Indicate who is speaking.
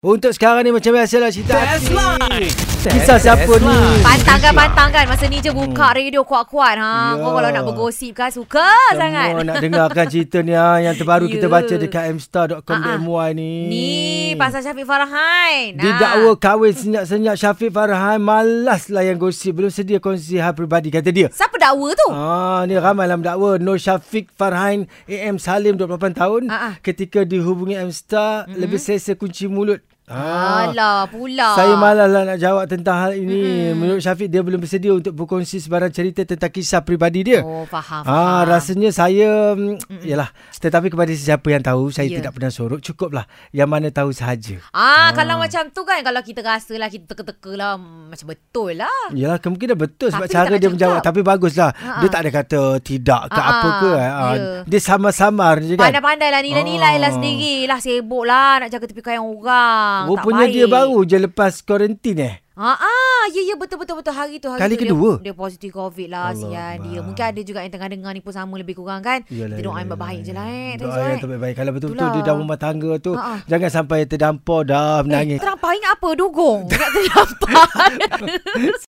Speaker 1: Untuk sekarang ni macam biasalah cerita hati. Kisah siapa ni?
Speaker 2: Pantang kan, pantang kan. Masa ni je buka radio kuat-kuat. Ha.
Speaker 1: Hmm. Ya.
Speaker 2: Kau kalau nak bergosip kan, suka sangat.
Speaker 1: Semua nak dengarkan cerita ni ha, yang terbaru
Speaker 2: Ya.
Speaker 1: kita baca dekat mstar.com.my ni.
Speaker 2: Ni, pasal Syafiq Farhan. Ha.
Speaker 1: Didakwa kahwin senyap-senyap Syafiq Farhan malas layan gosip belum sedia kongsi hal peribadi kata dia.
Speaker 2: Siapa dakwa tu?
Speaker 1: Ah, ni ramai dalam dakwa Nur Syafiq Farhain AM Salim 28 tahun
Speaker 2: Ah, ah.
Speaker 1: ketika dihubungi M-Star mm-hmm. lebih selesa kunci mulut. Ah,
Speaker 2: Alah, pula.
Speaker 1: Saya malaslah nak jawab tentang hal ini. Mm-hmm. Menurut Syafiq dia belum bersedia untuk berkongsi sebarang cerita tentang kisah peribadi dia.
Speaker 2: Oh, faham.
Speaker 1: Ah,
Speaker 2: faham.
Speaker 1: rasanya saya mm, yalah. Tetapi kepada sesiapa yang tahu, saya
Speaker 2: Ya.
Speaker 1: tidak pernah sorok, cukuplah yang mana tahu sahaja.
Speaker 2: Ah, kalau macam tu kan kalau kita rasa lah kita teka-teka lah hmm, macam betul lah.
Speaker 1: Yalah kemungkinan betul sebab
Speaker 2: Tapi dia
Speaker 1: cara
Speaker 2: tak nak
Speaker 1: dia menjawab
Speaker 2: cakap.
Speaker 1: tapi baguslah. Dia tak ada kata tidak ke
Speaker 2: Ha-ha,
Speaker 1: apa ke. eh. Ah,
Speaker 2: ya.
Speaker 1: Dia samar-samar je kan.
Speaker 2: Pandai-pandai lah nilai-nilai lah
Speaker 1: Ah.
Speaker 2: sendiri lah sibuk lah nak jaga tepi kain orang.
Speaker 1: Rupanya
Speaker 2: tak
Speaker 1: dia
Speaker 2: baik.
Speaker 1: baru je lepas kuarantin eh.
Speaker 2: Ha ah, ya ya betul betul betul hari tu hari
Speaker 1: Kali
Speaker 2: tu
Speaker 1: kedua?
Speaker 2: dia, dia positif covid lah
Speaker 1: Allah
Speaker 2: sian dia.
Speaker 1: Akbar.
Speaker 2: Mungkin ada juga yang tengah dengar ni pun sama lebih kurang kan. kita doa yang baik-baik je lah eh. Tengok
Speaker 1: Doa yang
Speaker 2: eh.
Speaker 1: terbaik-baik. Kalau betul-betul
Speaker 2: Itulah.
Speaker 1: dia dah rumah tangga tu,
Speaker 2: Ha-ha. Eh,
Speaker 1: jangan sampai terdampar dah menangis.
Speaker 2: Terang pahit apa dugong. Nak terdampar.